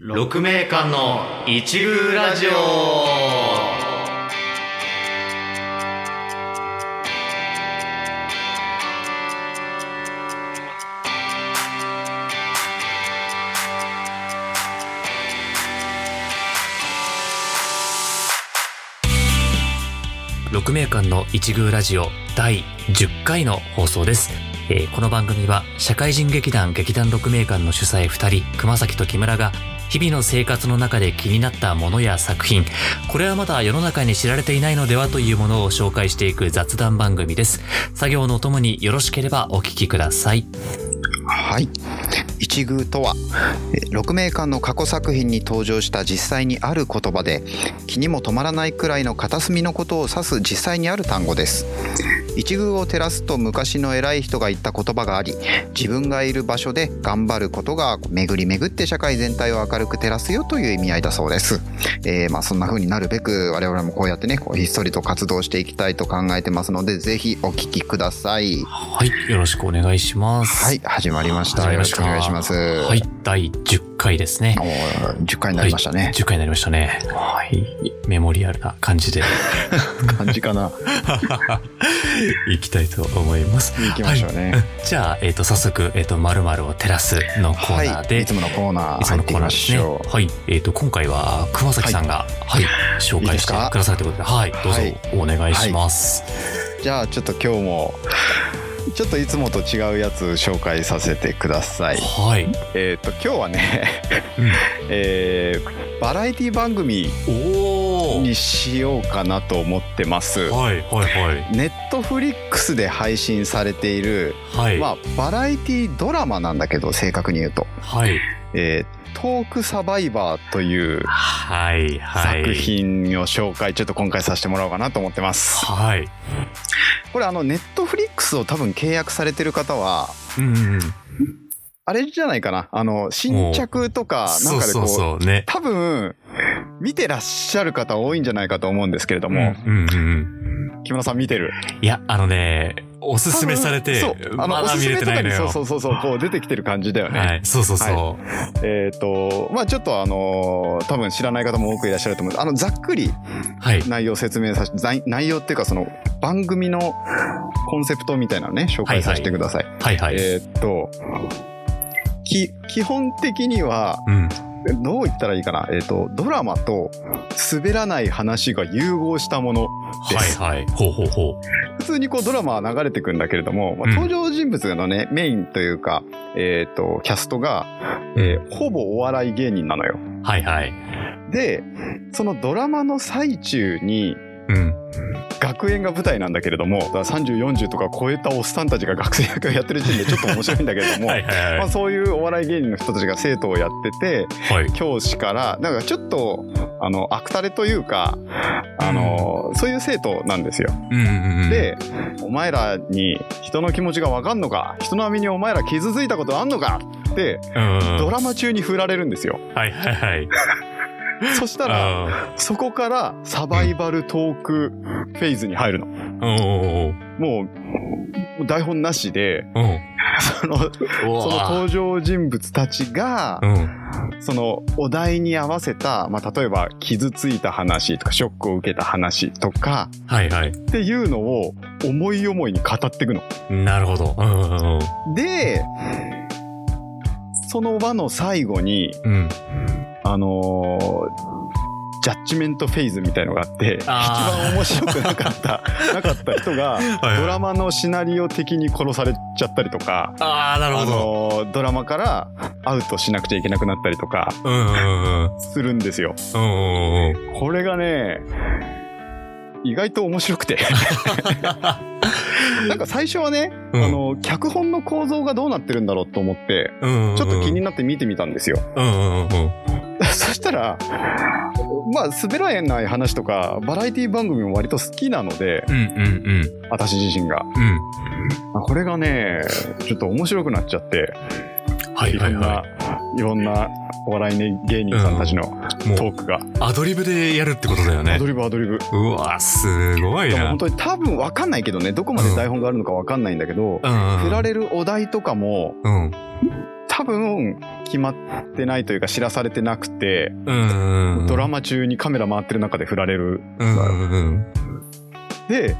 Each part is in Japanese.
6名間の一宮ラジオ6名間の一宮ラジオ第10回の放送です、えーこの番組は社会人劇団劇団6名間の主催2人熊崎と木村が日々の生活の中で気になったものや作品これはまだ世の中に知られていないのではというものを紹介していく雑談番組です作業のともによろしければお聞きくださいはい一宮とはえ6名間の過去作品に登場した実際にある言葉で気にも止まらないくらいの片隅のことを指す実際にある単語です一宮を照らすと昔の偉い人が言った言葉があり自分がいる場所で頑張ることが巡り巡って社会全体を明るく照らすよという意味合いだそうです、えーまあ、そんな風になるべく我々もこうやってねこうひっそりと活動していきたいと考えてますのでぜひお聞きくださいはいよろしくお願いしますはい始まりましたよろしくお願いしますはい第10回ですねおー10回になりましたはいね。 10回になりましたねはいメモリアルな感じで 感じかな。行きたいと思います。行きましょうね。じゃあ、えっ、と、早速、えっ、と、まるまるを照らすのコーナーで、い、いつものコーナーいつもの入ってコーナいきーまですしね。ょう。はい。えっ、と、今回は、熊崎さんが、はい、紹介していいですかくださるということで、はい、どうぞはいお願いします。じゃあちょっと今日もちょっといつもと違うやつ紹介させてください。はい。えっ、と今日はね、 えーバラエティ番組おにしようかなと思ってます。はい、はい、ネットフリックスで配信されている、はい。はい、まあ、バラエティドラマなんだけど正確に言うと、はい、えートークサバイバーというはい、はい。作品を紹介ちょっと今回させてもらおうかなと思ってます。はい。これあのネットフリックスを多分契約されてる方はうんうんうん。あれじゃないかなあの新着とかなそんうかでそうこうそう、ね。多分見てらっしゃる方多いんじゃないかと思うんですけれどうん、うもん、、うん。木村さん見てるいや、あのね、おすすめされて多分、そうあのまおだす見すれめてとなかいのによ。そうそうそうそうこう出てきてる感じだよね、はい、そうそうそう。えっ、とまあちょっとあのー多分知らない方も多くいらっしゃると思うあのざっくりはい。内容説明させて内内容っていうかその番組のコンセプトみたいなのね紹介させてください、はいはい。えーっと、き、基本的には、うん。どう言ったらいいかな。えーっと、ドラマと滑らない話が融合したもの。はいはい。ほうほうほ普通にこうドラマは流れてくんだけれども、まあうん登場人物のね、メインというか、えーっと、キャストが、う。えーほぼお笑い芸人なのよ。はいはい。で、そのドラマの最中に、うん。学園が舞台なんだけれども、だから30、40とか超えたおっさんたちが学生役をやってる時点でちょっと面白いんだけれども、はいはいまはあ、い。そういうお笑い芸人の人たちが生徒をやっててはい。教師からなんかちょっとあの悪たれというかあの、そういう生徒なんですよ。うんうんうん。、で「お前らに人の気持ちが分かんのか人並みにお前ら傷ついたことあんのか」ってうんうん。ドラマ中に振られるんですよ。はいはいはい。そしたらあそこからサバイバルトークフェーズに入るの。ーうんうんもうもう台本なしでうんうん。うん。そのそうのわ登場人物たちがーうん。そのお題に合わせた、まあ、例えば傷ついた話とかショックを受けた話とかはいはい。っていうのを思い思いに語っていくの。なるほど。うんうんうんでその場の最後にうん。あのージャッジメントフェーズみたいのがあって一あー番面白くなかったなかった人がはいドラマのシナリオ的に殺されちゃったりとか。ああ、なるあほど。のードラマからアウトしなくちゃいけなくなったりとかうんうんうん。するんですよ。うんうんうん。これがね意外と面白 くてなんか最初はね、うんあの脚本の構造がどうなってるんだろうと思ってうんうんうん。ちょっと気になって見てみたんですよ、 うんうんうんうん。そしたらまあ滑らない話とかバラエティ番組も割と好きなのでうんうんうん。私自身がうん。これがねちょっと面白くなっちゃってはいいろはいんな、、はいろんなお笑い、ね、芸人さんたちのい。トもうークが、アドリブでやるってことだよアねド。リブアドリブうわ、すごいでもな。本当に多分分かんないけどねどこまで台本があるのか分かんないんだけど、うんうんうん。振られるお題とかもうん。多分決まってないというか知らされてなくて、うんうん。ドラマ中にカメラ回ってる中で振られる。うんうんうん。で、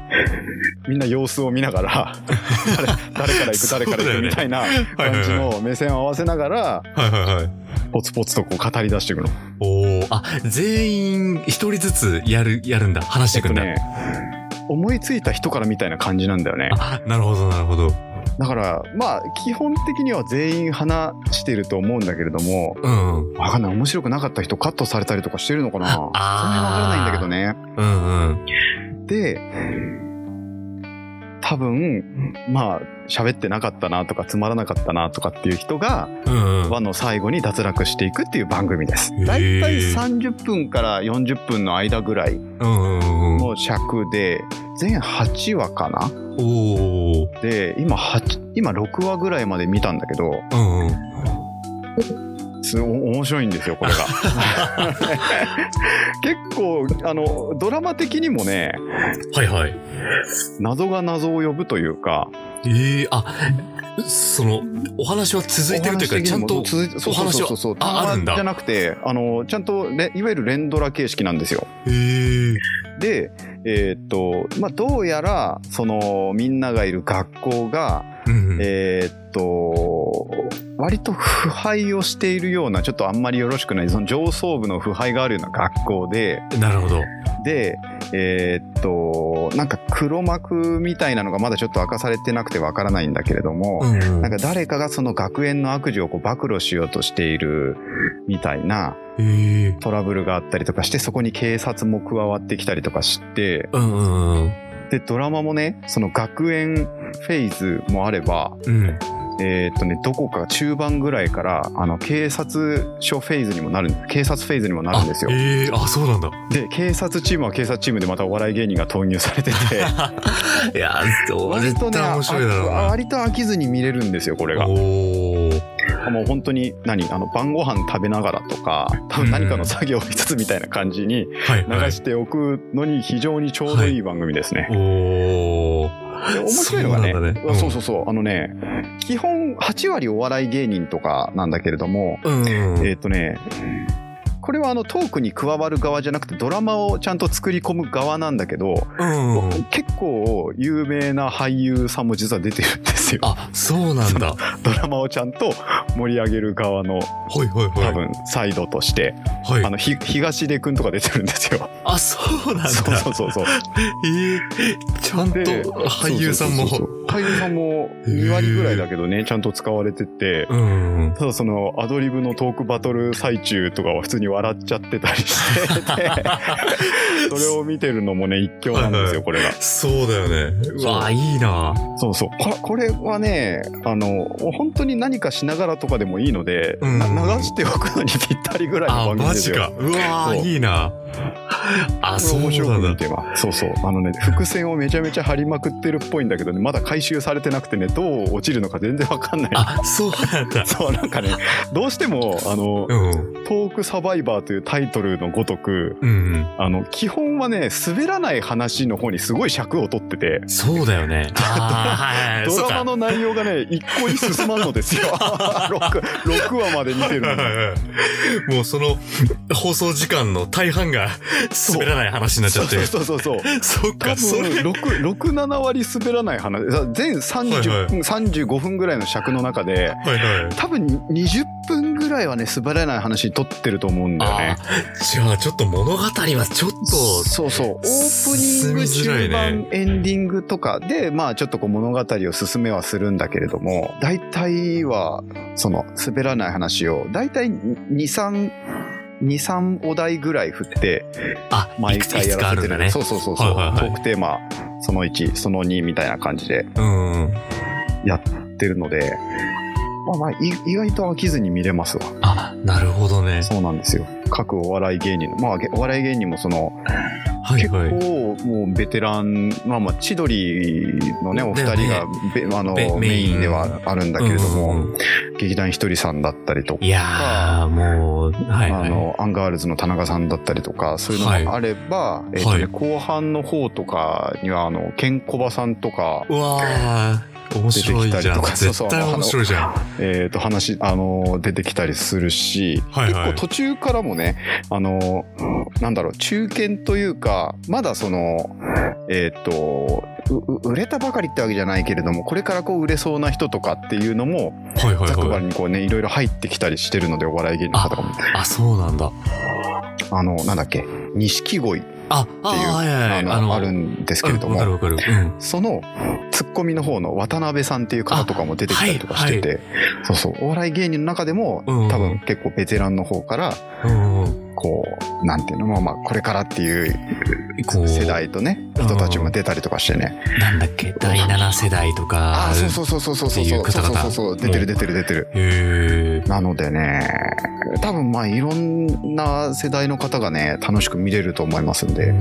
みんな様子を見ながら、誰誰から行く、誰から そうだ行よねくみたいなはいはい感じの目線を合わせながら、はいはいはい。ポツポツとこう語り出していくの。おお。あ、全員一人ずつやる、やるんだ。話していくんだ。えっとね思いついた人からみたいな感じなんだよね。あ、なるほどなるほど。だから、まあ、基本的には全員話してると思うんだけれども、うんうん。わかんない。面白くなかった人カットされたりとかしてるのかなそれはわからないんだけどね。うんうん。で、多分、まあ、喋ってなかったなとか、つまらなかったなとかっていう人が、うんうん。輪の最後に脱落していくっていう番組ですへー。だいたい30分から40分の間ぐらいうんうんうん。の尺で、全8話かなおお。で、今8、今6話ぐらいまで見たんだけど、うんうん。すお面白いんですよこ れが結構あのドラマ的にもねはいはい。謎が謎を呼ぶというかええあ、その、お話は続いてるというか、ちゃんと、お話的にも続いそうそうそうそうそうお話はああるんだじゃなくてあのちゃんとれいわゆる連ドラ形式なんですよええでえーっとまあどうやらそのみんながいる学校がうんうん。えーっと割と腐敗をしているようなちょっとあんまりよろしくないその上層部の腐敗があるような学校で、なるほど。で、えーっと、なんか黒幕みたいなのがまだちょっと明かされてなくてわからないんだけれども、んうんなんか誰かがその学園の悪事をこう暴露しようとしているみたいなええトラブルがあったりとかして、そこに警察も加わってきたりとかして、うんうんうん。で、ドラマもね、その学園フェーズもあれば、うん。えーっとね、どこか中盤ぐらいから、あの、警察署フェーズにもなる、警察フェーズにもなるんですよあ。ええあ、そう なんだ。で、警察チームは警察チームでまたお笑い芸人が投入されてて、いやー、割絶とね、対面白いだろうあな。割と飽きずに見れるんですよ、これが。おーもう本当に何、あの、晩ご飯食べながらとか、多分何かの作業をしつつみたいな感じにはい、は流い。しておくのに非常にちょうどいい番組ですね。おーで面白いのがねそうなんだねあそうそうそう、あのね、基本8割お笑い芸人とかなんだけれども、うんうんうん。えっ、とね、これはあのトークに加わる側じゃなくてドラマをちゃんと作り込む側なんだけど、うんうん。結構有名な俳優さんも実は出てるんですよ。あ、そうなんだ。ドラマをちゃんと盛り上げる側のはいはい多は分サイドとして、い。はあい。のひ東出くんとか出てるん ですよ。あ、そうなんだ。そうそうそうそう。ええちゃんとで俳優さんも。そうそうそうそう俳優さんも2割ぐらいだけどねちゃんと使われてて。うんうんうん。ただそのアドリブのトークバトル最中とかは普通に笑っちゃってたり しててそれを見てるのもね一興なんですよこれがそうだよね。うわいいな。そうそうこれこれはねあの本当に何かしながらとかでもいいので、うんな流しておくのにぴったりぐらいのあ、番組マですジよか。うわそういいな。あ、そう面白なく見んだ。てますそうそうあのね伏線をめちゃめちゃ張りまくってるっぽいんだけどねまだ回収されてなくてねどう落ちるのか全然わかんないあ、そうなんだ。そうなんかねどうしてもあのうん。 「トークサバイバー」というタイトルのごとくうん。あの基本はね滑らない話の方にすごい尺を取っててそうだよね。 あーはいはい。ドそうラかマの内容がね一向に進まんので すよ 6, 6話まで見てるのにもうその放送時間の大半がそう滑らない話になっちゃってそうそうそうそう そっ多かそれ分67割滑らない話さ全30分、35分ぐらいの尺の中ではいはい多分20分ぐらいはね滑らない話撮ってると思うんだよあねーじゃあちょっと物語はちょっとそうそうオープニング進みづらい中盤、ねエンディングとかでまあちょっとこう物語を進めはするんだけれども大体はその滑らない話を大体23お題ぐらい振ってあ、い毎くつい回くつやからあせるてんだるね。そうそうそうそう、はいはいはいトークテーマその1その2みたいな感じでうん。やってるので、まあまあ、い意外と飽きずに見れますわ。あ、なるほどね。そうなんですよ。各お笑い芸人の、まあ、げお笑い芸人もその、はいはい。結構もうベテラン、まあまあ、千鳥のね、お二人がべ、あのメインメインではあるんだけれども、うんうんうん劇団ひとりさんだったりとか、いやー、もう、はいはあい。の、アンガールズの田中さんだったりとか、そういうのがあれば、えっとねはい後半の方とかには、あの、ケンコバさんとか、うわ面白い出じてきたりゃとんかそうそう絶対面白いじゃんえー、と話、あのー出てきたりするし、はいはい結構途中からもね、あのーなんだろう中堅というかまだそのえっ、とうう売れたばかりってわけじゃないけれどもこれからこう売れそうな人とかっていうのもはいはいざっくばはらいにこうねいろいろ入ってきたりしてるのでお笑い芸人の方があそうなんだあのなんだっけ錦鯉っていうああはいはいはいあのあるんですけれどうんわかるもわかるうんそのツッコミの方の渡辺さんっていう方とかも出てきたりとかしてて、そうそうお笑い芸人の中でも、うんうん多分結構ベテランの方からうんうんこうなんていうのまあまあこれからっていうこう世代とねうん人たちも出たりとかしてねなんだっけ第7世代とかああそうそうそうそうそうそうっていそうう方々そうそう出てる出てる出てる。へえなのでね多分まあいろんな世代の方がね楽しく見れると思いますんで。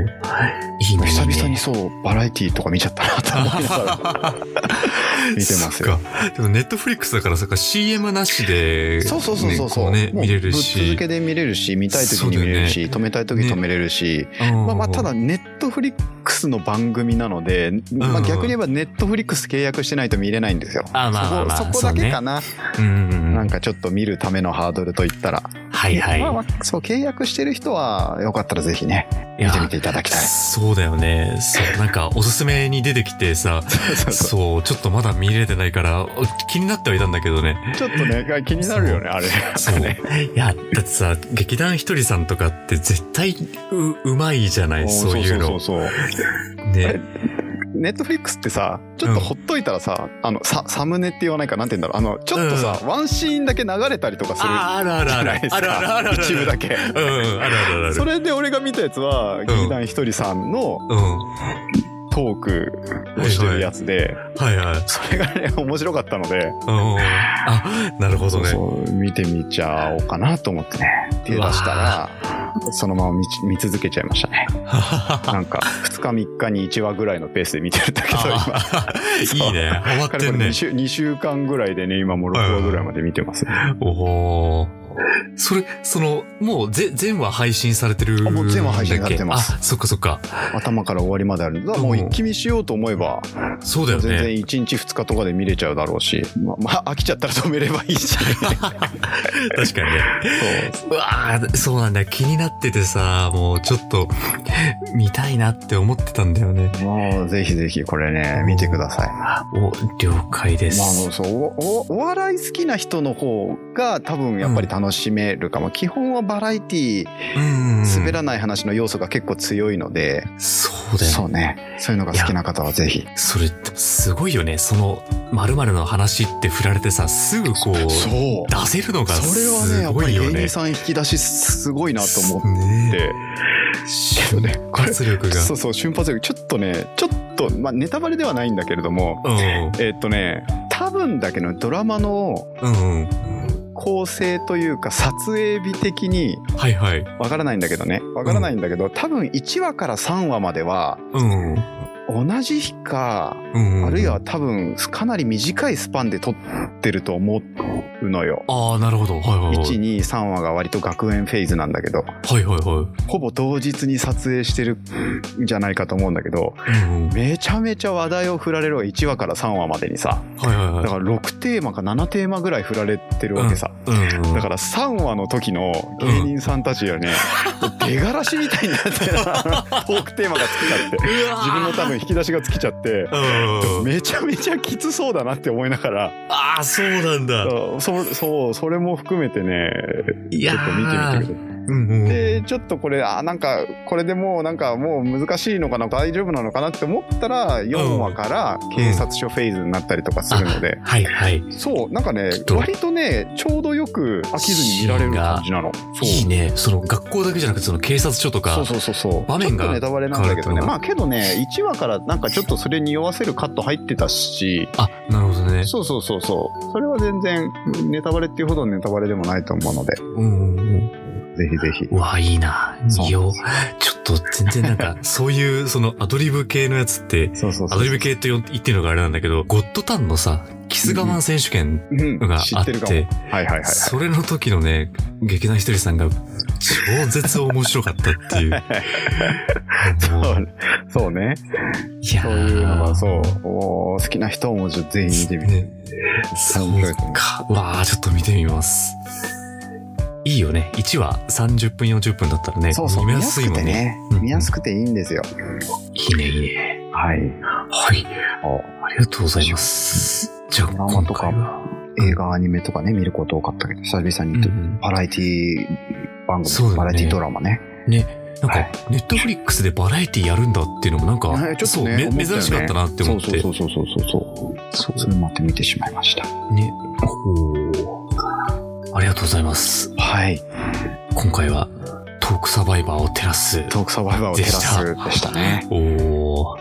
いいね久々いいにねそうバラエティーとか見ちゃったなと思いな がら見てますよそっかでもネットフリックスだからさ CM なしでそうそうそうそうそこう、ねもう見れるぶっし続けで見れるし見たい時に見れるし、止めたい時に止めれるし、ままあまあただネットフリックスの番組なので、まあ、逆に言えばネットフリックス契約してないと見れないんですよ、あまあまあまあそこそこだけかな、うんうんうなんんかちょっと見るためのハードルといったら、はいはいまあまあそう契約してる人はよかったらぜひねい見やてみていただきたいそうだよねそうなんかおすすめに出てきてさ そうそうそうちょっとまだ見れてないからお気になってはいたんだけどねちょっとね気になるよねあれそう。いや、だってさ、劇団ひとりさんとかって絶対う、うまいじゃない、そういうそのう。そうそうあれね。ネットフリックスってさちょっとほっといたらさ、あのさサムネって言わないかなんて言うんだろうあのちょっとさ、ワンシーンだけ流れたりとかするああるあるじあゃるないですかあるあるあるある。一部だけうん、うんあるあるある。それで俺が見たやつはん劇団ひとりさんのうん。トークをしてるやつで、はいはい。それがね 面白かったのでうんうん。あ、なるほどね。そう見てみちゃおうかなと思ってね手出したらそのまま見ち見続けちゃいまし たねなんか2日3日に1話ぐらいのペースで見てるんだけど今あ いいね。ハマっかてれこんれね2。週 ,2 週間ぐらいでね今もう6話ぐらいまで見てます、おお。それ、その、もうぜ、全話配信されてるんだっけ。あもう全話配信されてますあ、そっかそっか。頭から終わりまであるだからもう一気見しようと思えばそうだよ全然ね。 1日2日とかで見れちゃうだろうしままあ飽きちゃったら止めればいいし 確かにね。うわあ、そうなんだよ。気になっててさ、もうちょっと見たいなって思ってたんだよね。そうもうぜひぜひこれね見てくださいお、了解でまあ、あすの。そうおおお笑い好きな人の方が多分やっぱり楽しめるかも、基本はバラエティーうん、滑らない話の要素が結構強いので、そうだよ。そうねそういうのが好きな方はぜひそれ、すごいよね。その、〇〇の話って振られてさ、すぐこう、出うせるのがそれはねすやっごぱいり芸よ人ね。さん引き出しすごいなと思っねて、え瞬 ねこれ発力が。そうそう瞬発力ちょっとねちょっと、まあ、ネタバレではないんだけれどもうんえっとね多分だけどドラマのうんうん。構成というか撮影日的にはいはい。わからないんだけどねわからないんだけど、多分1話から3話まではうんうん。同じ日か、うんうん。あるいは。多分かなり短いスパンで撮ってると思うのよ。ああ、なるほど。はいはいはい。 123話が割と学園フェーズなんだけはどいはいはほぼ同日に撮影してるんじゃないかと思うんだけどい。うんうん。めちゃめちゃ話題を振られるわ1話から3話までにさはいはいだはい。から6テーマか7テーマぐらい振られてるわけさ、うんうんだから3話の時の芸人さんたちよね、出がらしみたいになってなトークテーマがつきち ゃって自自分の多分引き出しがつきちゃってうん。めちゃめちゃきつそうだなって思いながらああ、そうなんだ。そうそうそれも含めてねいちやょっと見てみてくだーさい。うんうん。でちょっとこれあなんかこれでもうなんかもう難しいのかな大丈夫なのかなって思ったら4話から警察署フェーズになったりとかするので、はいはい。そうなんかねちょっと割とねちょうどよく飽きずに見られる感じなのそういいね。その学校だけじゃなくて、その警察署とそかう。そうそうそう場面がちょっとネタバレなんだけどね変まわあけどね1話からなんかちょっとそれに酔わせるカット入ってたしあ、なるほどね。そうそうそうそうそれは全然ネタバレっていうほどのネタバレでもないと思うのでうんうんうん。ぜひぜひうわ、いいな。そういいよ。ちょっと全然なん か、そういう、そのアドリブ系のやつって、そうそうアそドうリブ系と言ってるのがあれなんだけど、ゴッドタンのさ、キス我慢選手権うんが知あっってるかも。て、はいはいはいはい。それの時のね、劇団ひとりさんが超絶面白かったって いう。そもううそうね。いやーそういうのが、そう。おー好きな人もぜひ見てみて。ね、そうか。わあ、ちょっと見てみます。いいよね。1話30分40分だったらね、そうそう、見見ややすすいくもてんね。ねうん。見やすくていいんですよ。いいね、いいね。はい。はい。おありがとうございます。じゃあ、ドラマ今とか回は。映画、アニメとかね、見ること多かったけど、久々うんにう、んバラエティ番そうだ組、ねバラエティドラマね。ね、なんはかい、ネットフリックスでバラエティやるんだっていうのもなんか、はいちょっそとう、ねめ思ったよ珍ねしかったなって思って。そうそうそうそうそうそう。それもあって見てしまいました。ね。ほう。ありがとうございます。はい。今回は、トークサバイバーを照らす。トークサバイバーを照らすでしたね。おお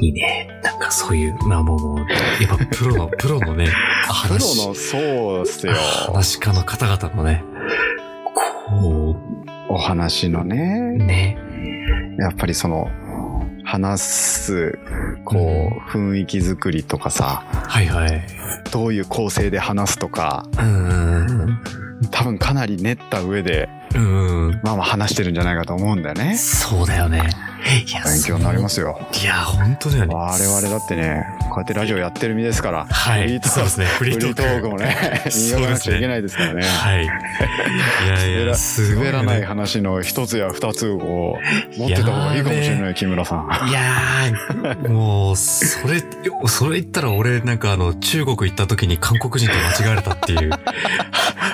いいね。なんかそういう、まあもうもう、や っぱプロの、プロのね、プロ話、の、そうですよ。話し家の方々のね、こお話のう、ね、ね、やっぱりその、話す、こう、雰囲気作りとかさ、はいはい。どういう構成で話すとか、うん多分かなり練った上で、うんうん。うん。まあまあ話してるんじゃないかと思うんだよね。そうだよね。いや、。勉強になりますすよ。いや、本当だよね。我々だってね、こうやってラジオやってる身ですから、はフリいー。トークそうですね。フフリリートーーク。トークもね、 そうですね磨かなくちゃいけないですからね。はい。いやいや、すごい滑ねらない話の一つや二つを持ってた方がいいかもしれやーない、木村さん。いやー、もう、それ、それ言ったら俺、なんかあの、中国行った時に韓国人と間違われたっていう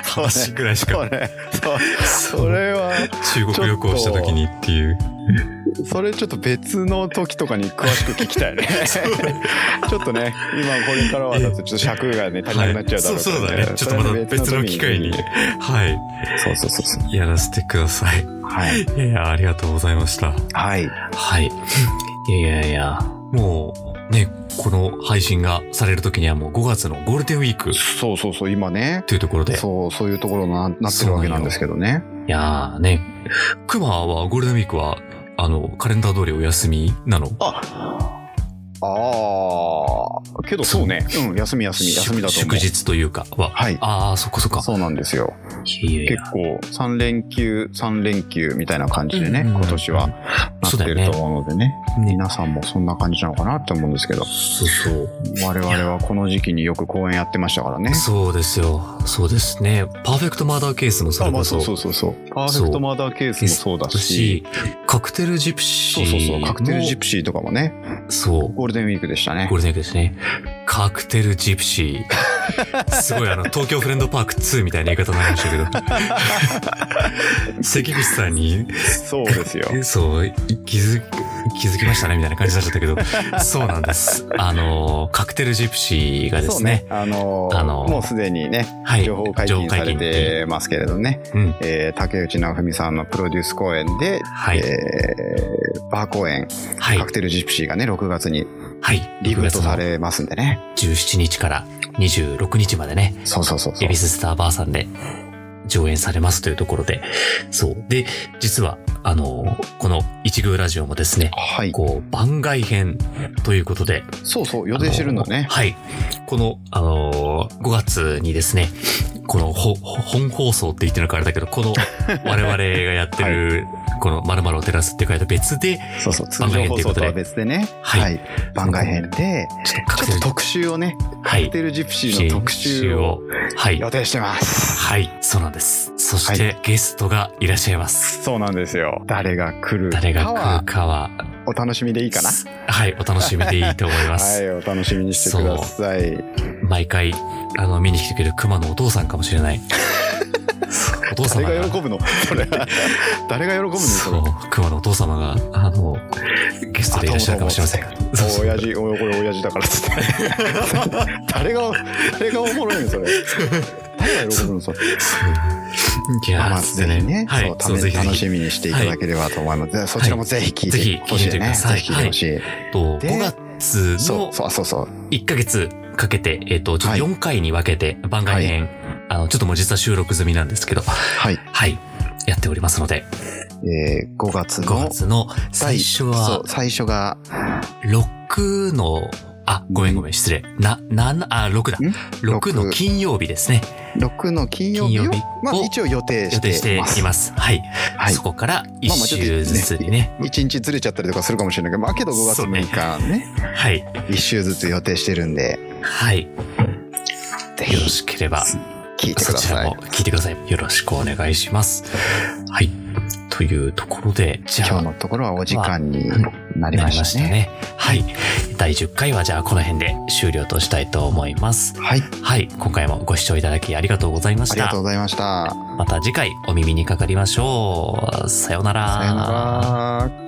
話ぐらいしそか、うね。そうそそれは、中国旅行した時にっていう。それちょっと別の時とかに詳しく聞きたいね。ちょっとね、今これからはだとちょっと尺がね、足りなくなっちゃうだろそううそうかだら、ね。ちょっとまた別の機会に、それはは別の時にそうそうそうそう。い、やらせてください。はい。いやいや、ありがとうございました。はい。はい。いやいやいや、もう、ね、この配信がされる時にはもう5月のゴールデンウィークそうそうそう、今ね。というところで、そう、そういうところにななってるわけなんですけどね。いやーね、クマはゴールデンウィークは、あの、カレンダー通りお休みなのああー、けどそうね。うん、休み休み、休みだと思祝う。日というかは。はいああ、そっかそっか。そうなんですよ。いやいやい結や構、3連休、3連休みたいな感じでね、うんうんうん今年はなそうっだてよねると思うのでね。ね皆さんもそんな感じなのかなって思うんですけど、そうそう。我々はこの時期によく公演やってましたからね。そうですよ。そうですね。パーフェクトマーダーケースもそあれまこあそ。そうそうそうそう。パーフェクトマーダーケースもそうだだし、し、カクテルジプシそーうも。そうそう、カクテルジプシーとかもね、そう。ゴールデンウィークでしたねゴー。ルデンウィークですね。カクテルジプシ ー。すごいあの、東京フレンドパーク2みたいな言い方になりましたけど。関口さんにそうですよ。えそう、い気づ、気づきましたね、みたいな感じになっちゃったけど、そうなんです。あの、カクテルジプシーがでそうすねね、、あのーあのーもうすでにね、はい、情報解禁されてますけれどね、情報解禁ってえー竹内直文さんのプロデュース公演で、うん、はい、えーバー公演、はいカ、クテルジプシーがね、6月にはい、リブートさ6れますんでね。月の17日から26日までね、そうそうそうそエうビ。ススターバーさんで上演されますというところで、そう。で、実は、あの、この一宮ラジオもですね、はい。こう、番外編ということで、そうそう、予定してるんだあねの。はい。この、あのー、5月にですね、この、ほ、ほ本放送って言ってるのかあれだけど、 この、我々がやってる、この、まるまるを照らすって書いた別で、そうそう、通番外編常と放いうこ送ととでは別でね。はいはい。番外編で、ちょっとカクテちょっとル、特集をね、はカクい。テルジプシーの特集をはい。予定してます。はい。そうなんです。そして、はゲストがいらっしゃいます。そうなんですよ。誰が来る誰がか来はるかは、お楽しみでいいかな。はい。お楽しみでいいと思いま はす。い、お楽しみにしてください。毎回、あの、見に来てくれる熊のお父さんかもしれ ない。お父様誰がが喜ぶのそれは。誰が喜ぶのそそれ。う、熊のお父様が、あの、ゲストでいらっしゃるかもしれませんが。そうそう親父、おこれ親父だから っつって。誰が、誰がおもろいのそれ。誰が喜ぶのそれ。いやまー、あまあ、そうぜですひね、はそい、うたそうめぜひぜ楽ひ。しみにしていただければと思います。でそちらもぜひ聞いぜひてほし聞いいてくね。ださいぜひ聞いてほしい。と、で5月そのう、そうそうそう。 1ヶ月かけて、えっと、ちょっとは4回に分けて、番外編、あの、ちょっともう実は収録済みなんですけど、はい。はい、やっておりますので、えー、5月5の月の最初そはう、最初が、 6のあ、ごめんごめん、失礼。な、なん、あ、6だ。6の金曜日ですね。 6の金曜日金を曜日まあを一応予定予定ししてていますいます。はい。はいそこから一まあまあちょっと週ずつにね。 1日ずれちゃったりとかするかもしれないけどまあけど5月そうね6日ねはい。 1週ずつ予定してるんではい。よぜろひしければ、聞いてくそだちさらいも聞いてください。よろしくお願いします。はい。というところで、じゃあ、今日のところはお時間にまなりましたね。はい。第10回はじゃあこの辺で終了としたいと思います。はい、はい。今回もご視聴いただきありがとうございまあしりがたとう。ございました。また次回お耳にかかりましょう。さようなら。さよなら。